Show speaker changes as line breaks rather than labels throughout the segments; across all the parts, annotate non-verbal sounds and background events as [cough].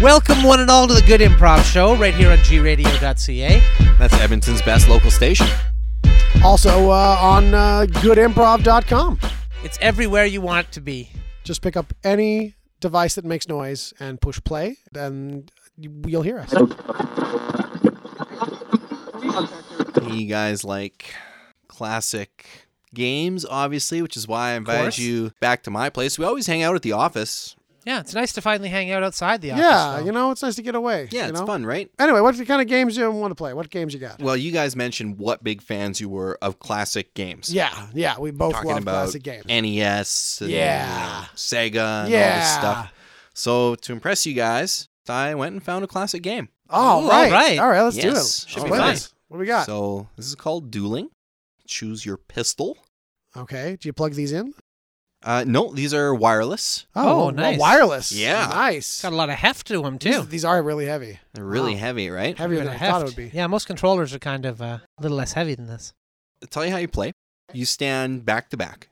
Welcome, one and all, to the Good Improv Show right here on gradio.ca.
That's Edmonton's best local station.
Also uh, on uh, goodimprov.com.
It's everywhere you want it to be.
Just pick up any device that makes noise and push play, and you'll hear us.
You guys like classic games, obviously, which is why I invited
course.
you back to my place. We always hang out at the office.
Yeah, it's nice to finally hang out outside the office.
Yeah,
though.
you know, it's nice to get away.
Yeah,
you
it's
know?
fun, right?
Anyway, what kind of games do you want to play? What games you got?
Well, you guys mentioned what big fans you were of classic games.
Yeah, yeah, we both
talking
love
about
classic games.
NES, and,
Yeah.
Sega, and all this
Yeah.
stuff. So to impress you guys, I went and found a classic game.
All
Ooh,
right,
all right.
all right, let's do
Yes,
it.
should
All
be
right.
fine.
What do we got?
So this is called Dueling. Choose your pistol.
okay, do you plug these in?
Uh, no, these are wireless.
Oh,
well,
nice.
wireless.
Yeah.
nice.
Got a lot of heft to them,
These,
too.
these are really heavy,
They're really
Wow.
heavy, right?
heavier
Bit
than
of
I thought it
heft.
would be.
Yeah, most controllers are kind of uh, a little less heavy than this.
tell you how you play. You stand back to back.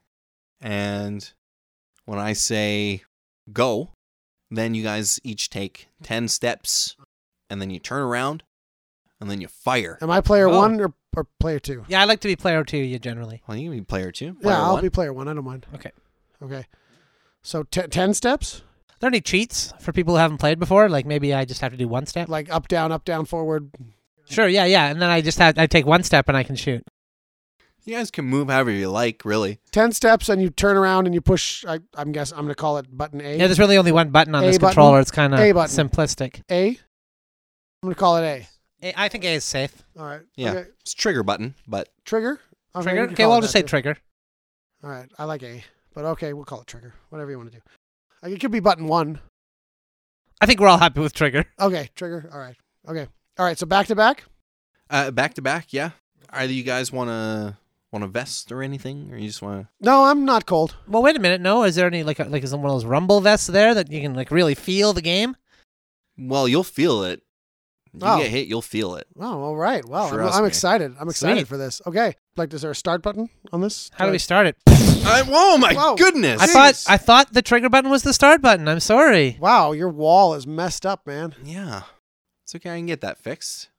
And when I say go, then you guys each take 10 steps and then you turn around and then you fire.
Am I player
Oh.
one or, or player two?
Yeah, I like to be player two, you generally.
Well, you can be player two. Player
yeah, I'll
one.
be player one. I don't mind.
Okay.
Okay, so te- ten steps,
Are there any cheats for people who haven't played before? Like maybe I just have to do one step?
like up, down, up, down, forward.
Sure, yeah, yeah. And then I just have, I take one step and I can shoot.
You guys can move however you like, really.
Ten steps, and you turn around and you push. I, I'm guess I'm gonna call it button A.
Yeah, there's really only one button on
A
this
button.
controller. It's kind of
A button.
simplistic.
A. I'm gonna call it A.
I I think A is safe.
All right.
Yeah.
Okay.
It's trigger button, but
Trigger. Okay,
Trigger?
you can
Okay,
call
well,
it
I'll just
that
say
too.
trigger.
All right, I like A, but okay, we'll call it trigger. Whatever you want to do. Like, it could be button one.
I think we're all happy with trigger.
Okay, trigger. All right. Okay. All right. So back to back.
uh, back to back, yeah. Either you guys want to want a vest or anything, or you just want to.
No, I'm not cold.
Well, wait a minute. No, is there any like a, like is one of those rumble vests there that you can like really feel the game?
Well, you'll feel it. You
Oh.
get hit, you'll feel it.
Oh, all right. Well, I'm,
Trust
I'm
me.
excited. I'm excited
Sweet.
for this. Okay. Like, is there a start button on this?
How do
I-
we start it?
I, oh my
Whoa.
goodness!
I
Jeez.
thought I thought the trigger button was the start button. I'm sorry.
Wow, your wall is messed up, man.
yeah, it's okay. I can get that fixed.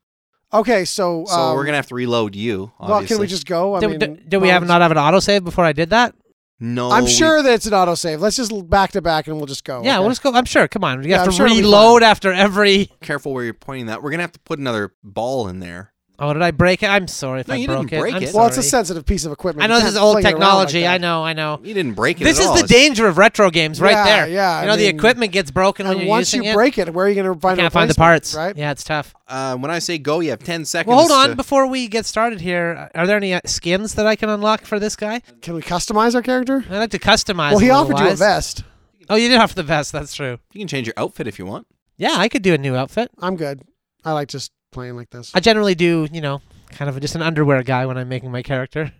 Okay, so
So
um,
we're gonna have to reload you. Obviously.
Well, can we just go? I
did,
mean,
did- did we
well,
have not have an autosave before I did that?
No,
I'm
we-
sure that it's an autosave. Let's just l- back to back and we'll just go.
yeah,
Oh, okay?
we'll just go. I'm sure. Come on, you
Yeah,
have
I'm
to
sure it'll be
reload after every.
careful where you're pointing that. We're gonna have to put another ball in there.
Oh, did I break it? I'm sorry if
No,
I
you didn't
broke it.
break
I'm
it.
Well, it's a
sorry.
sensitive piece of equipment.
I know
You
this
can't
is old
fling it around like
technology. I
that.
know. I know.
You didn't break it.
This
at
is
all.
the
It's-
danger of retro games,
Yeah,
right there.
yeah, I
You know the
mean-
equipment gets broken when
And
you're
once you
using
break it, where are you going to
it. You
find? a
can't find the parts.
replacement, right?
Yeah, it's tough.
Uh, when I say go, you have ten seconds.
Well, hold on.
to-
Before we get started here, are there any uh, skins that I can unlock for this guy?
Can we customize our character?
I like to customize.
well, he
a little
offered you a
wise.
vest.
Oh, you did offer the vest. That's true.
you can change your outfit if you want.
Yeah, I could do a new outfit.
I'm good. I like just playing like this.
I generally do, you know, kind of just an underwear guy when I'm making my character.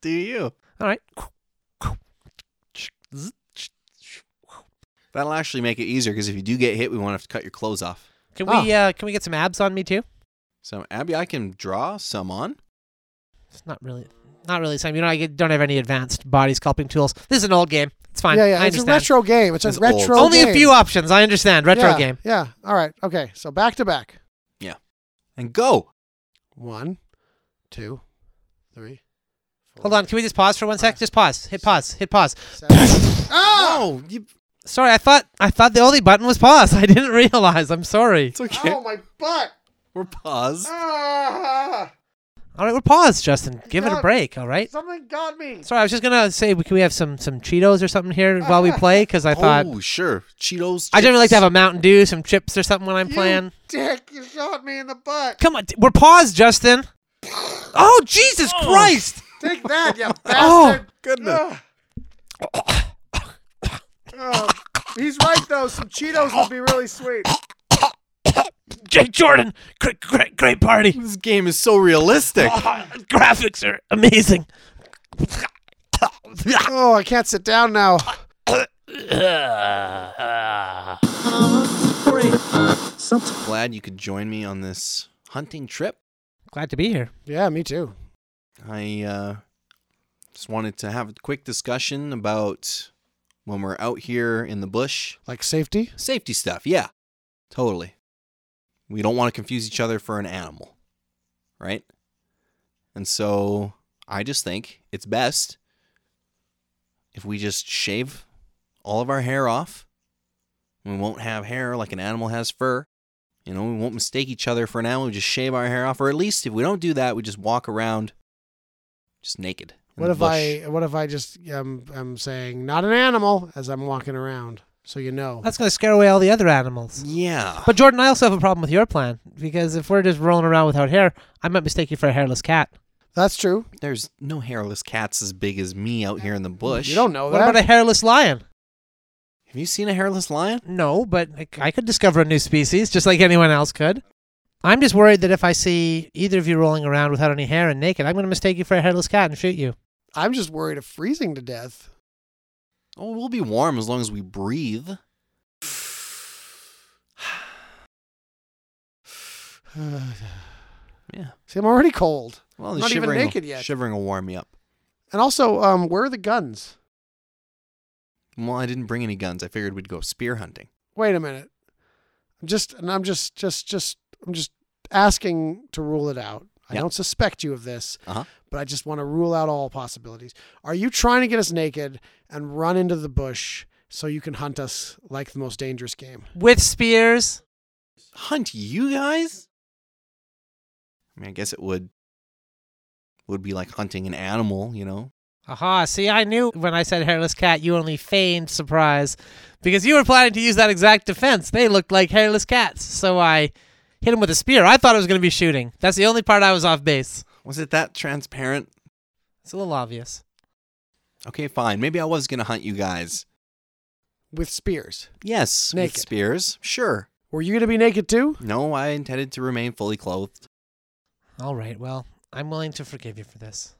Do you?
All right.
That'll actually make it easier because if you do get hit, we won't have to cut your clothes off.
Can
Ah.
we uh, can we get some abs on me too?
So Abby, I can draw some on.
It's not really not really something. You know, I get- don't have any advanced body sculpting tools. This is an old game. It's fine.
yeah, yeah.
I
It's a
understand.
retro game. It's a
It's old.
retro.
Only a
game.
few options. I understand. Retro
yeah,
game.
Yeah. All right. Okay. So back to back.
And go.
One, two, three. Four,
Hold on. Can we just pause for one sec?
Ah.
Just pause. Hit pause. Hit pause.
[laughs] Seven. Ah!
Oh, you,
Sorry, I thought I thought the only button was pause. [laughs] I didn't realize. I'm sorry.
it's okay.
Oh my butt!
We're paused.
Ah,
All right, we're paused, Justin. Give it a
God.
break. All right.
something got me.
Sorry, I was just gonna say, can we have some some Cheetos or something here while we play? Because I thought
oh, sure. Cheetos.
I generally like to
chips.
have a Mountain Dew, some chips or something when I'm playing.
Dick, you shot me in the butt.
Come on, t- we're paused, Justin. Oh Jesus Christ!
Take that, [laughs] you
Oh.
goodness.
Oh, he's right though. Some Cheetos would be really sweet.
Jake Jordan, great great great party.
[laughs] This game is so realistic.
Ah, graphics are
[laughs]
amazing.
Oh, I can't sit down now.
Glad you could join me on this hunting trip.
Glad to be here.
Yeah, me too.
I uh, just wanted to have a quick discussion about when we're out here in the bush.
Like safety.
Safety stuff, yeah. Totally. We don't want to confuse each other for an animal, right? And so I just think it's best if we just shave all of our hair off. We won't have hair like an animal has fur. You know, we won't mistake each other for an animal. We just shave our hair off. Or at least if we don't do that, we just walk around just naked. in
What
the
if I what if I just um I'm saying not an animal as I'm walking around so you know.
That's going to scare away all the other animals.
bush. Yeah.
But Jordan, I also have a problem with your plan because if we're just rolling around without hair, I might mistake you for a hairless cat.
That's true.
There's no hairless cats as big as me out here in the bush.
You don't know
What
Oh, that.
about a hairless lion?
Have you seen a hairless lion?
No, but I- I could discover a new species just like anyone else could. I'm just worried that if I see either of you rolling around without any hair and naked, I'm going to mistake you for a hairless cat and shoot you.
I'm just worried of freezing to death.
Oh, we'll be warm as long as we breathe. [sighs] Yeah.
See, I'm already cold.
Well,
I'm
the
not even
shivering will-
naked yet.
Shivering will warm me up.
And also, um, where are the guns?
Well, I didn't bring any guns. I figured we'd go spear hunting.
Wait a minute. I'm just and I'm just just just I'm just asking to rule it out. I
Yeah.
don't suspect you of this,
Uh-huh.
but I just want to rule out all possibilities. Are you trying to get us naked and run into the bush so you can hunt us like the most dangerous game?
With spears?
Hunt you guys? I mean, I guess it would would be like hunting an animal, you know?
Aha, see, I knew when I said hairless cat, you only feigned surprise because you were planning to use that exact defense. They looked like hairless cats, so I hit him with a spear. I thought it was going to be shooting. That's the only part I was off base.
Was it that transparent?
It's a little obvious.
Okay, fine. Maybe I was gonna hunt you guys.
With spears.
Yes,
Naked.
with spears. Sure.
Were you gonna be naked too?
No, I intended to remain fully clothed.
All right, well, I'm willing to forgive you for this.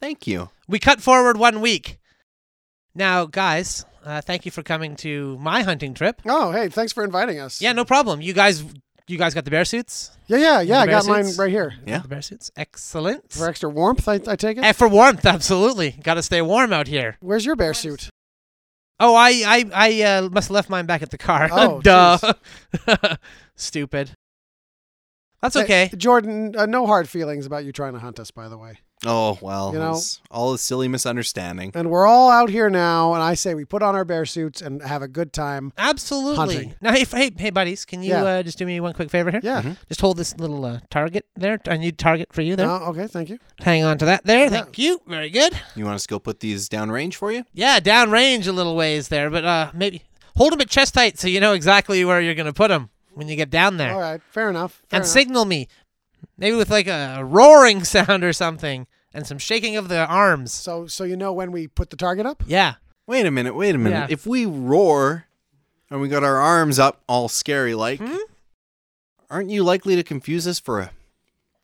Thank you.
We cut forward one week. Now, guys, uh, thank you for coming to my hunting trip.
Oh, hey, thanks for inviting us.
Yeah, no problem. You guys, you guys got the bear suits.
yeah, yeah, yeah. I
Bear
got mine
suits?
right here
Yeah.
the bear suits. Excellent.
for extra warmth. I, I take it.
And for warmth, absolutely. Got to stay warm out here.
Where's your bear suit?
Oh, I I I uh, must have left mine back at the car.
Oh,
[laughs] duh. [laughs] Stupid. That's okay.
Hey, Jordan. Uh, no hard feelings about you trying to hunt us, by the way.
Oh well,
You know-
it's all a silly misunderstanding.
And we're all out here now, and I say we put on our bear suits and have a good time.
Absolutely.
Hunting.
Now, hey, f- hey, hey, buddies, can you
Yeah.
uh, just do me one quick favor here?
Yeah.
Mhm.
Just hold this little uh, target there. I need target for you there.
Oh, okay, thank you.
Hang on to that there.
Yeah.
Thank you. Very good.
You want us to go put these downrange for you?
Yeah, downrange a little ways there, but uh, maybe hold them at chest height so you know exactly where you're gonna put them when you get down there,
All right, fair enough. Fair
and
enough.
signal me, maybe with like a roaring [laughs] sound or something, and some shaking of the arms.
so, so you know when we put the target up?
Yeah.
Wait a minute, wait a minute.
Yeah.
If we roar and we got our arms up all scary like,
Hmm?
aren't you likely to confuse us for a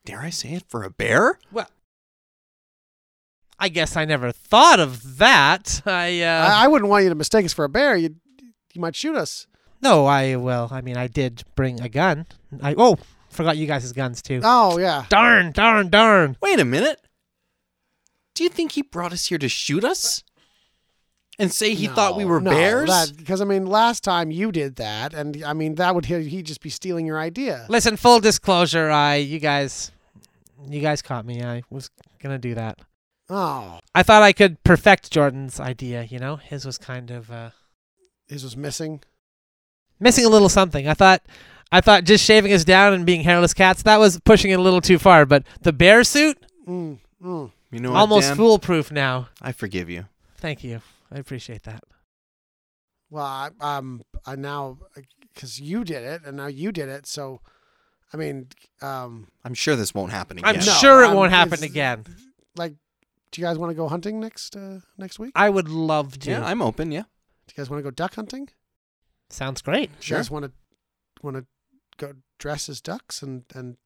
dare I say it, for a bear?
Well, I guess I never thought of that. I, uh,
I, I wouldn't want you to mistake us for a bear. You, you might shoot us.
no, I well, I mean, I did bring a gun. I oh, forgot you guys' guns too.
Oh yeah.
darn, darn, darn.
Wait a minute. Do you think he brought us here to shoot us? And say he thought we were
No,
bears?
that- Because I mean, last time you did that, and I mean that would he would just be stealing your idea.
Listen, full disclosure, I you guys, you guys caught me. I was gonna do that.
Oh,
I thought I could perfect Jordan's idea. You know, his was kind of uh,
his was missing.
missing a little something. I thought. I thought just shaving us down and being hairless cats, that was pushing it a little too far. But the bear suit,
Mm, mm.
you know what,
almost
Dan?
foolproof now.
I forgive you.
Thank you. I appreciate that.
Well, I, um, I now because you did it, and now you did it. So, I mean, um,
I'm sure this won't happen again.
I'm
No,
sure it
I'm-
won't happen
it's-
again.
like, do you guys want to go hunting next uh, next week?
I would love to.
Yeah, I'm open, yeah.
Do you guys want to go duck hunting?
Sounds great.
You
Sure.
guys want to want to go dress as ducks and and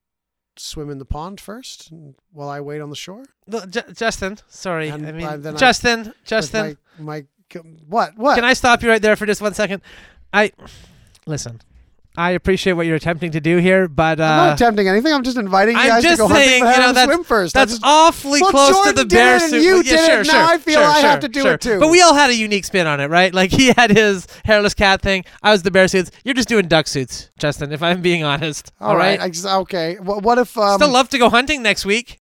swim in the pond first and, while I wait on the shore.
No, Ju- Justin, sorry.
And
I
by
mean,
then I-
Justin,
With
Justin,
my, my what what?
can I stop you right there for just one second? I listen. I appreciate what you're attempting to do here, but uh,
I'm not attempting anything. I'm just inviting you
I'm
guys to
just
go
saying,
hunting
you
for
know,
having
that's,
swim first. I
that's
just-
awfully
Well,
close to
Jordan
the
did
bear
it and
suit.
you
yeah,
did it,
sure,
now
sure,
I feel
sure,
I have
sure,
to do
sure.
it too.
But we all had a unique spin on it, right? Like he had his hairless cat thing. I was the bear suits. You're just doing duck suits, Justin. If I'm being honest.
all right. I just- okay. What, what if um,
Still love to go hunting next week.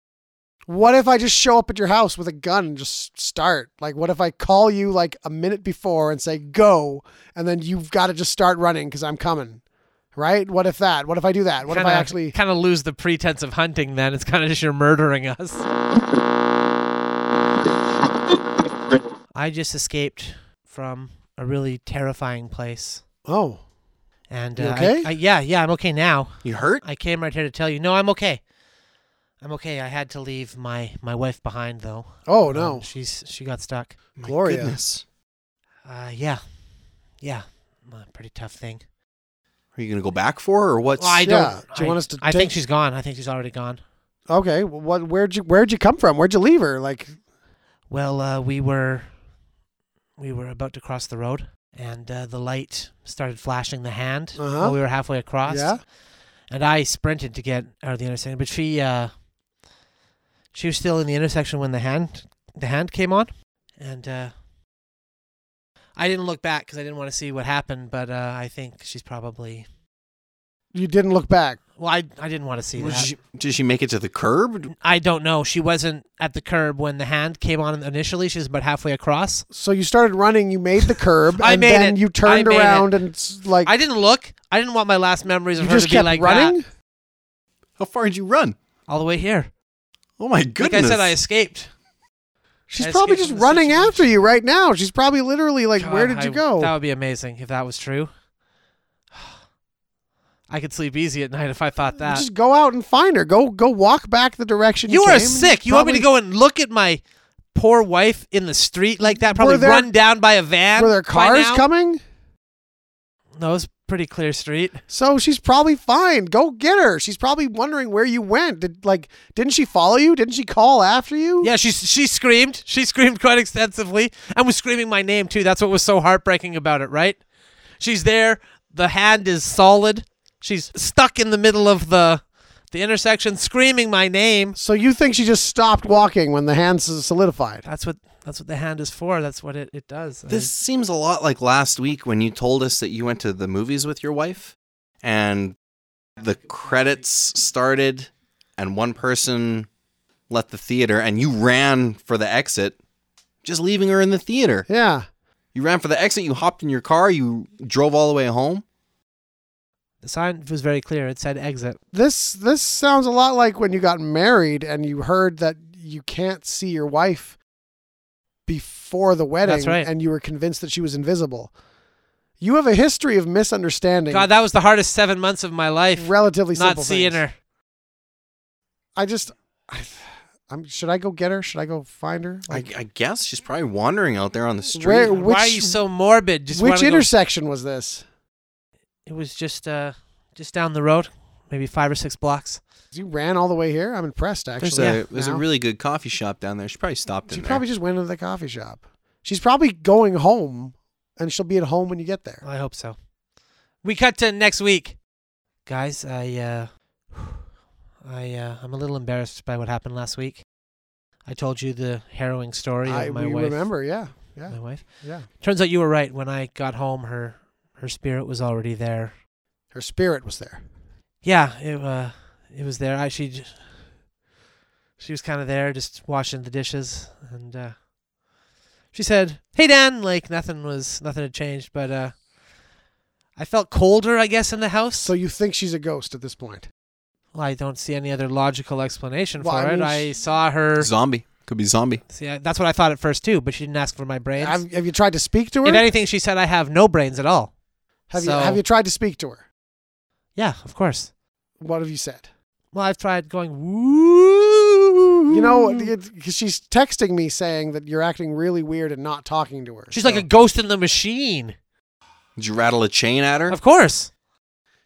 What if I just show up at your house with a gun and just start? Like, what if I call you like a minute before and say go, and then you've got to just start running because I'm coming, right? What if that? What if I do that? What if I actually?
kind of lose the pretense of hunting? Then it's kind of just you're murdering us. I just escaped from a really terrifying place,
Oh,
and
You
uh, I-
okay?
I- yeah, yeah, I'm okay now.
You hurt?
I came right here to tell you. No, I'm okay. I'm okay. I had to leave my my wife behind though.
oh
Um,
no,
she's she got stuck.
My
Gloria.
Goodness.
Uh, yeah, yeah, Uh, pretty tough thing.
Are you going to go back for her or what's
Well, I
yeah.
don't.
Do you
I,
want us to
I think
take-
she's gone. I think she's already gone.
Okay, wh- what? Where'd you Where'd you come from? Where'd you leave her? Like,
Well, uh, we were we were about to cross the road, and uh, the light started flashing the hand
Uh-huh.
while we were halfway across.
yeah,
and I sprinted to get out of the intersection, but she uh, she was still in the intersection when the hand the hand came on, and uh, I didn't look back because I didn't want to see what happened. But uh, I think she's probably
you didn't look back.
well. I I didn't want to see
Was
that.
she- did she make it to the curb?
I don't know. She wasn't at the curb when the hand came on initially. She was about halfway across.
So you started running. You made the
[laughs]
curb.
I
and
made
then
it.
You
I
turned
made it.
around and s- like
I didn't look. I didn't want my last memories of
you
her
just
to be
kept
like "Ah,
running.
that
How far did you run?
all the way here.
Oh my goodness.
Like I said, I escaped.
She's
I
probably
escaped
just
from the
running
situation.
after you right now. She's probably literally like, where
God,
did you
I-
go?
That would be amazing if that was true. [sighs] I could sleep easy at night if I thought that.
Just go out and find her. Go go walk back the direction you
you are
came.
sick. You want me to go and look at my poor wife in the street like that?
Were
Probably
there-
run down by a van.
Were there
by
cars
now?
coming?
No, it was pretty clear street.
So she's probably fine. Go get her. She's probably wondering where you went. Did like didn't she follow you? Didn't she call after you?
Yeah, she she screamed. She screamed [laughs] quite extensively and was screaming my name too. That's what was so heartbreaking about it, right? She's there. The hand is solid. She's stuck in the middle of the the intersection, screaming my name.
So you think she just stopped walking when the hands solidified?
That's what that's what the hand is for. That's what it, it does. I
This seems a lot like last week when you told us that you went to the movies with your wife and the credits started and one person left the theater and you ran for the exit, just leaving her in the theater.
Yeah.
You ran for the exit, you hopped in your car, you drove all the way home.
mean, the sign was very clear. It said exit.
This this sounds a lot like when you got married and you heard that you can't see your wife before the wedding
That's right.
and you were convinced that she was invisible. You have a history of misunderstanding
God, that was the hardest seven months of my life.
relatively
Not
simple
seeing
things.
her.
I just, I, I'm. Should I go get her? Should I go find her?
I,
Like,
I guess she's probably wandering out there on the street.
Where-
Why are
Which-
you so morbid? Just
which
wanna go-
intersection was this?
It was just uh just down the road, maybe five or six blocks.
You ran all the way here. I'm impressed. Actually,
there's a,
Yeah,
there's a
now.
really good coffee shop down there. She probably stopped in
she
there.
probably just went into the coffee shop. She's probably going home, and she'll be at home when you get there.
I hope so. We cut to next week, guys. I uh, I uh, I'm a little embarrassed by what happened last week. I told you the harrowing story
I
of my
we
wife.
remember. Yeah, yeah,
My wife.
yeah.
Turns out you were right. When I got home, her her spirit was already there.
Her spirit was there.
Yeah, it uh, it was there. I she j- she was kind of there, just washing the dishes, and uh, she said, "Hey Dan," like nothing was nothing had changed, but uh, I felt colder, I guess, in the house.
So you think she's a ghost at this point?
well, I don't see any other logical explanation
Well,
for
I mean,
it. I
she-
saw her.
Zombie. Could be zombie.
See, I, that's what I thought at first too, but she didn't ask for my brains.
Have, have you tried to speak to her?
if anything, she said I have no brains at all.
have
so-
you have you tried to speak to her?
Yeah, of course.
What have you said?
Well, I've tried going woo.
You know,
Mm.
because she's texting me saying that you're acting really weird and not talking to her.
she's
so-
like a ghost in the machine.
Did you rattle a chain at her?
Of course.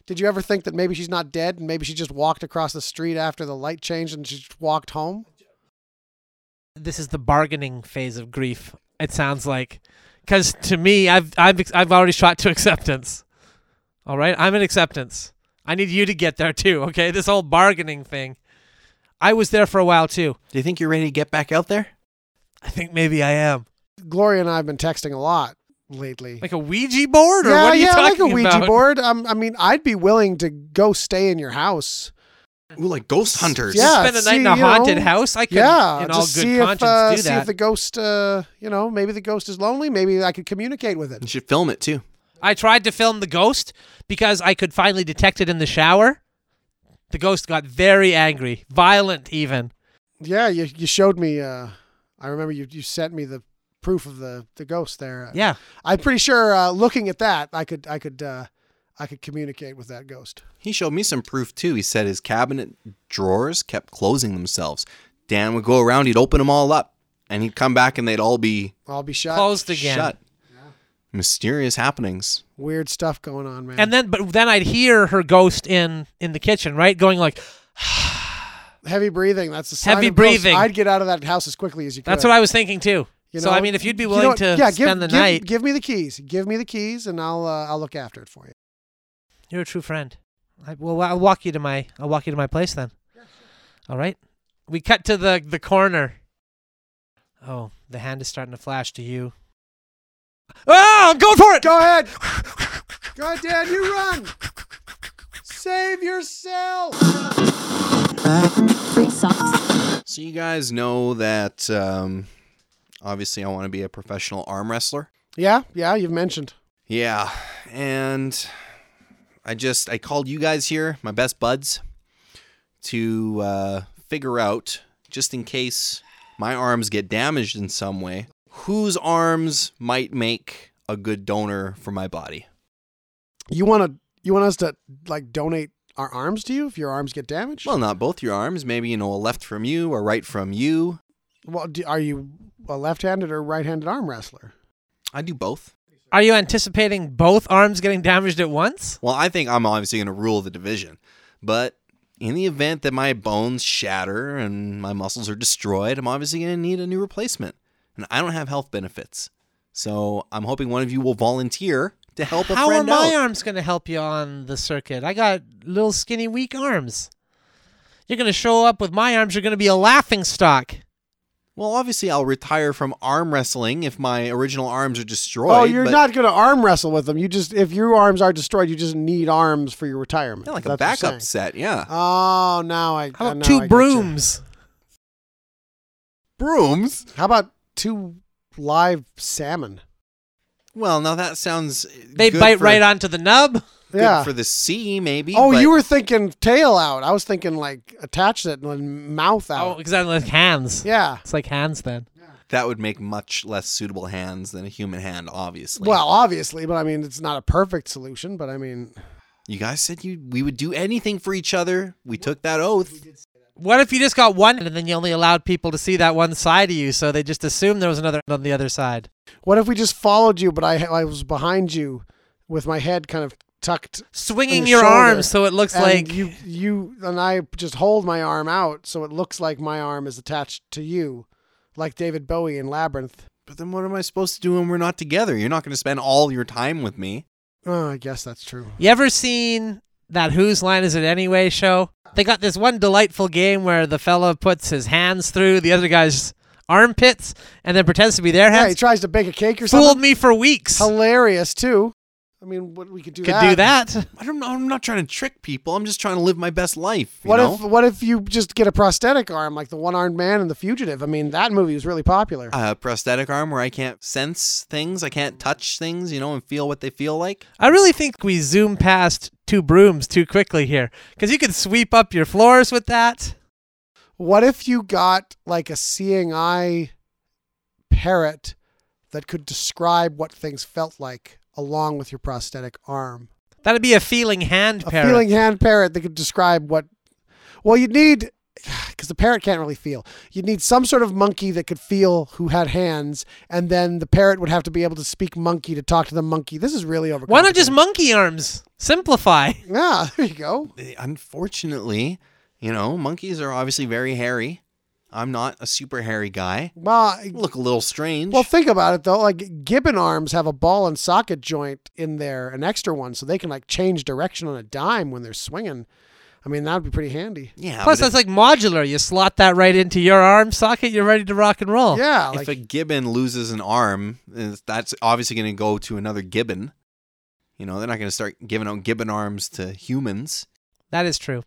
Did you ever think that maybe she's not dead and maybe she just walked across the street after the light changed and she just walked home?
this is the bargaining phase of grief. It sounds like, because to me, I've I've ex- I've already shot to [laughs] acceptance All right, I'm in acceptance. I need you to get there too. Okay, this whole bargaining thing. I was there for a while too.
Do you think you're ready to get back out there?
I think maybe I am.
Gloria and I have been texting a lot lately.
Like a Ouija board, or
yeah,
what are you
yeah,
talking
like a Ouija
about?
board. Um, I mean, I'd be willing to go stay in your house.
Ooh, like ghost hunters.
Yeah.
Spend a night in
see,
a
you know,
haunted house. I could,
yeah,
in all
just
good
see
conscience,
if uh,
do
see
that.
if the ghost, uh, you know, maybe the ghost is lonely. Maybe I could communicate with
You
Mm.
it.
should film it too.
I tried to film the ghost because I could finally detect it in the shower. The ghost got very angry, violent even.
Yeah, you you showed me. Uh, I remember you you sent me the proof of the the ghost there.
Yeah.
I'm pretty sure. Uh, looking at that, I could I could uh, I could communicate with that ghost.
He showed me some proof too. He said his cabinet drawers kept closing themselves. Dan would go around, he'd open them all up, and he'd come back and they'd all be
I'll be shot.
Closed again.
Uh, shut. Mysterious happenings.
Weird stuff going on, man.
And then but then I'd hear her ghost in in the kitchen, right? Going like,
heavy breathing. That's the sign
Heavy
of ghosts.
breathing.
I'd get out of that house as quickly as you could.
that's what I was thinking too.
You
so I
know,
mean if you'd be
You know
willing
what?
to
yeah, give,
spend the
give-
night,
Give me the keys. Give me the keys, and I'll uh, I'll look after it for you.
you're a true friend. I, well I'll walk you to my I'll walk you to my place then. All right. We cut to the the corner. Oh, the hand is starting to flash to you. Oh, I'm going for it.
Go ahead. Go ahead, Dan. You run. Save yourself.
Free socks.
So you guys know that um, obviously I want to be a professional arm wrestler.
Yeah, yeah. You've mentioned.
Yeah, and I just I called you guys here, my best buds, to uh, figure out just in case my arms get damaged in some way, whose arms might make a good donor for my body.
You want to you want us to like donate our arms to you if your arms get damaged?
Well, not both your arms. Maybe you know a left from you, a right from you.
Well, do, are you a left-handed or right-handed arm wrestler?
I do both.
Are you anticipating both arms getting damaged at once?
Well, I think I'm obviously going to rule the division, but in the event that my bones shatter and my muscles are destroyed, I'm obviously going to need a new replacement. And I don't have health benefits. So I'm hoping one of you will volunteer to help a
How are
friend
my
out.
arms going to help you on the circuit? I got little skinny, weak arms. You're going to show up with my arms. You're going to be a laughing stock.
well, obviously, I'll retire from arm wrestling if my original arms are destroyed.
Oh, you're
but-
not going to arm wrestle with them. You just if your arms are destroyed, you just need arms for your retirement.
Yeah, like
That's
a
what you're
backup
saying.
set, yeah.
Oh, now I
How about
now I
two
getcha.
brooms?
Brooms?
How about two live salmon?
Well, now that sounds.
They
good
bite
for,
right onto the nub.
Good
yeah.
for the sea, maybe.
oh,
but-
you were thinking tail out. I was thinking like attach it and then mouth
Oh,
out.
exactly like hands.
[laughs]
yeah.
It's like hands then.
That would make much less suitable hands than a human hand, obviously.
Well, obviously, but I mean, it's not a perfect solution. But I mean,
you guys said you we would do anything for each other. We took that oath.
What if you just got one and then you only allowed people to see that one side of you, so they just assumed there was another on the other side?
what if we just followed you, but I I was behind you with my head kind of tucked.
Swinging
the
your
shoulder,
arms so it looks
and
like
you you and I just hold my arm out so it looks like my arm is attached to you, like David Bowie in Labyrinth.
But then what am I supposed to do when we're not together? You're not going to spend all your time with me.
Oh, I guess that's true.
You ever seen that Whose Line Is It Anyway show? They got this one delightful game where the fella puts his hands through the other guy's armpits and then pretends to be their
Yeah, he
hands.
tries to bake a cake or something.
Fooled me for weeks.
hilarious too. I mean, what we could do
Could
that.
do that.
I don't know. I'm not trying to trick people. I'm just trying to live my best life. You
What
know?
if what if you just get a prosthetic arm like the one-armed man in The Fugitive? I mean, that movie was really popular.
a prosthetic arm where I can't sense things, I can't touch things, you know, and feel what they feel like?
I really think we zoom past two brooms too quickly here because you could sweep up your floors with that.
What if you got like a seeing eye parrot that could describe what things felt like along with your prosthetic arm?
That'd be a feeling hand
A
parrot.
feeling hand parrot that could describe what Well, you'd need [sighs] because the parrot can't really feel. You'd need some sort of monkey that could feel who had hands, and then the parrot would have to be able to speak monkey to talk to the monkey. This is really over.
Why not just monkey arms? Simplify.
Yeah, [laughs] there you go.
Unfortunately, you know, monkeys are obviously very hairy I'm not a super hairy guy.
Well,
Look a little strange.
well, think about it though. Like gibbon arms have a ball and socket joint in there, an extra one, so they can like change direction on a dime when they're swinging. I mean, that would be pretty handy.
yeah.
Plus,
but if-
that's like modular. You slot that right into your arm socket. You're ready to rock and roll.
Yeah,
Oh, if
like
a gibbon loses an arm, is- that's obviously going to go to another gibbon. You know, they're not going to start giving out gibbon arms to humans.
That is true.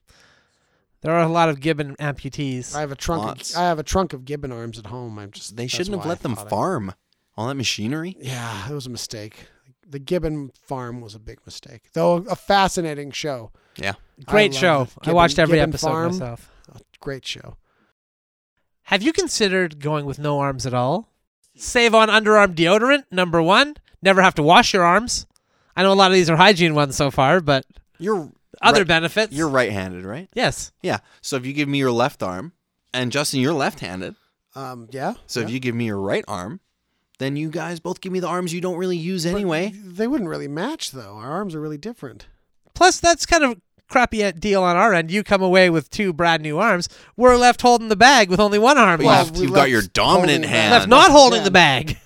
There are a lot of gibbon amputees.
I have a trunk.
Lots.
Of, I have a trunk of gibbon arms at home. I'm just
They
that's
shouldn't have
why I
let them
thought it.
farm all that machinery.
Yeah, it was a mistake. The Gibbon Farm was a big mistake, though a fascinating show.
Yeah.
I
Great
love
show.
the
I
Gibbon-
watched every
Gibbon
episode
Farm.
myself.
A Great show.
Have you considered going with no arms at all? Save on underarm deodorant, number one. Never have to wash your arms. I know a lot of these are hygiene ones so far, but
You're
other
right,
benefits.
You're right-handed, right?
Yes.
Yeah. So if you give me your left arm, and Justin, you're left-handed.
Um, yeah.
So
yeah.
if you give me your right arm, then you guys both give me the arms you don't really use
But
anyway.
they wouldn't really match though. Our arms are really different.
Plus, that's kind of crappy a- deal on our end. You come away with two brand new arms. We're left holding the bag with only one arm
But
Well,
left.
you've,
we
you've got your
left
dominant
holding-
hand.
Left not holding
Yeah.
the bag.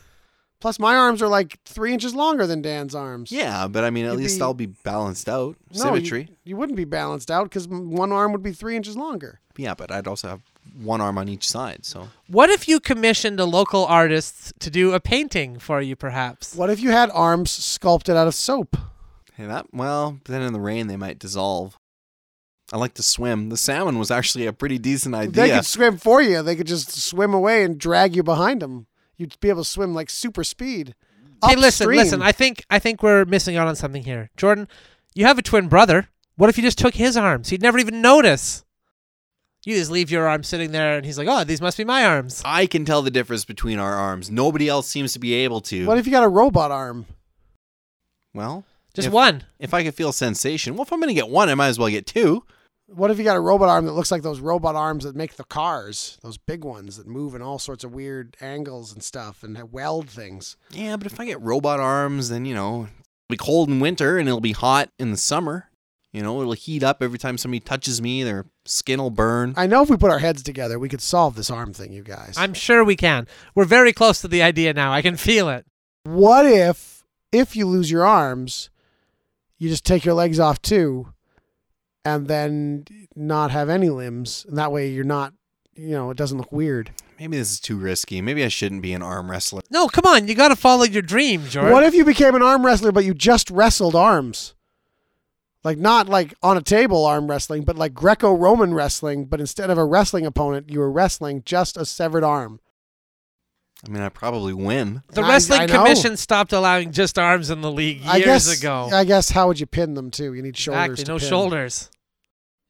Plus, my arms are like three inches longer than Dan's arms.
Yeah, but I mean, at
You'd
least
be-
I'll be balanced out.
No, you-
Symmetry.
You, wouldn't be balanced out because one arm would be three inches longer.
Yeah, but I'd also have one arm on each side. So
What if you commissioned a local artist to do a painting for you, perhaps?
What if you had arms sculpted out of soap?
hey, that well, then in the rain they might dissolve. I like to swim. The salmon was actually a pretty decent
They
idea.
could swim for you. They could just swim away and drag you behind them. You'd be able to swim like super speed.
Hey, listen,
Upstream.
listen. I think I think we're missing out on something here, Jordan. You have a twin brother. What if you just took his arms? He'd never even notice. You just leave your arm sitting there, and he's like, "Oh, these must be my arms."
I can tell the difference between our arms. Nobody else seems to be able to.
What if you got a robot arm?
well,
Just
if,
one.
If I could feel sensation, well, if I'm going to get one, I might as well get two.
What if you got a robot arm that looks like those robot arms that make the cars, those big ones that move in all sorts of weird angles and stuff and weld things?
Yeah, but if I get robot arms, then you know it'll be cold in winter and it'll be hot in the summer. You know, it'll heat up every time somebody touches me. Their skin will burn.
I know if we put our heads together, we could solve this arm thing, you guys.
I'm sure we can. We're very close to the idea now. I can feel it.
what if, if you lose your arms, you just take your legs off too, and then not have any limbs, and that way you're not, you know, it doesn't look weird.
Maybe this is too risky. Maybe I shouldn't be an arm wrestler.
No, come on. You got to follow your dream, Jordan.
What if you became an arm wrestler, but you just wrestled arms? Like not like on a table arm wrestling, but like Greco-Roman wrestling. But instead of a wrestling opponent, you were wrestling just a severed arm.
I mean, I probably win.
the
I-
wrestling
I know.
commission stopped allowing just arms in the league years
I guess,
ago.
I guess how would you pin them too? You need shoulders.
exactly.
to
No
pin.
shoulders.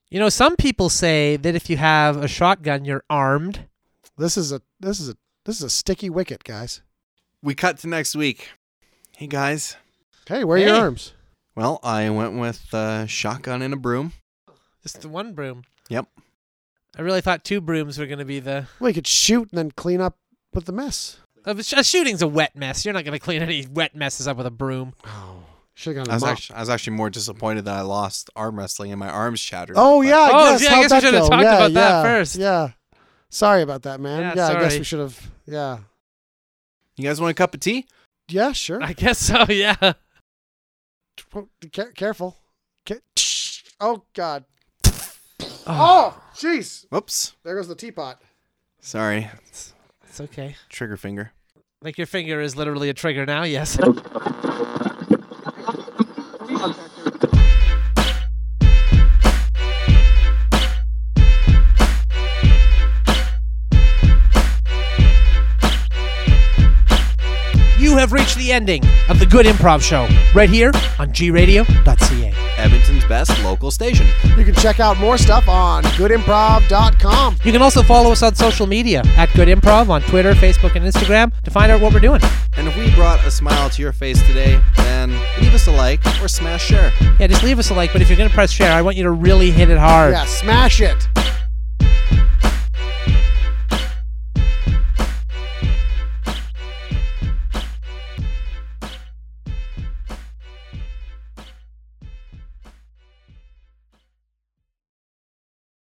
You know, some people say that if you have a shotgun, you're armed.
This is a this is a this is a sticky wicket, guys.
We cut to next week. Hey guys.
Hey, where are your
Hey.
arms?
Well, I went with uh, shotgun and a broom.
Just the one broom.
Yep.
I really thought two brooms were going to be the.
Well, you could shoot and then clean up with the mess.
A a shooting's a wet mess. You're not going to clean any wet messes up with a broom.
Oh, should have
I
gone
was,
to
actually, I was actually more disappointed that I lost arm wrestling and my arms shattered.
Oh yeah, I
Oh,
guess.
yeah, I
How'd
guess we
that
should have
go?
talked
yeah,
about that
yeah,
first.
Yeah. Sorry about that, man.
Yeah,
Yeah, I guess
sorry.
we should have. Yeah.
You guys want a cup of tea?
Yeah, sure.
I guess so. [laughs] Yeah.
Well, care- careful. Ca- Oh God.
Oh,
Oh, jeez.
Whoops.
There goes the teapot.
Sorry.
it's okay.
Trigger finger.
Like your finger is literally a trigger now. Yes. You have reached the ending of the Good Improv Show right here on gradio.ca.
Edmonton's best local station.
You can check out more stuff on goodimprov.com.
You can also follow us on social media at Good Improv on Twitter, Facebook, and Instagram to find out what we're doing.
And if we brought a smile to your face today, then leave us a like or smash share.
Yeah, just leave us a like, but if you're going to press share, I want you to really hit it hard.
Yeah, smash it.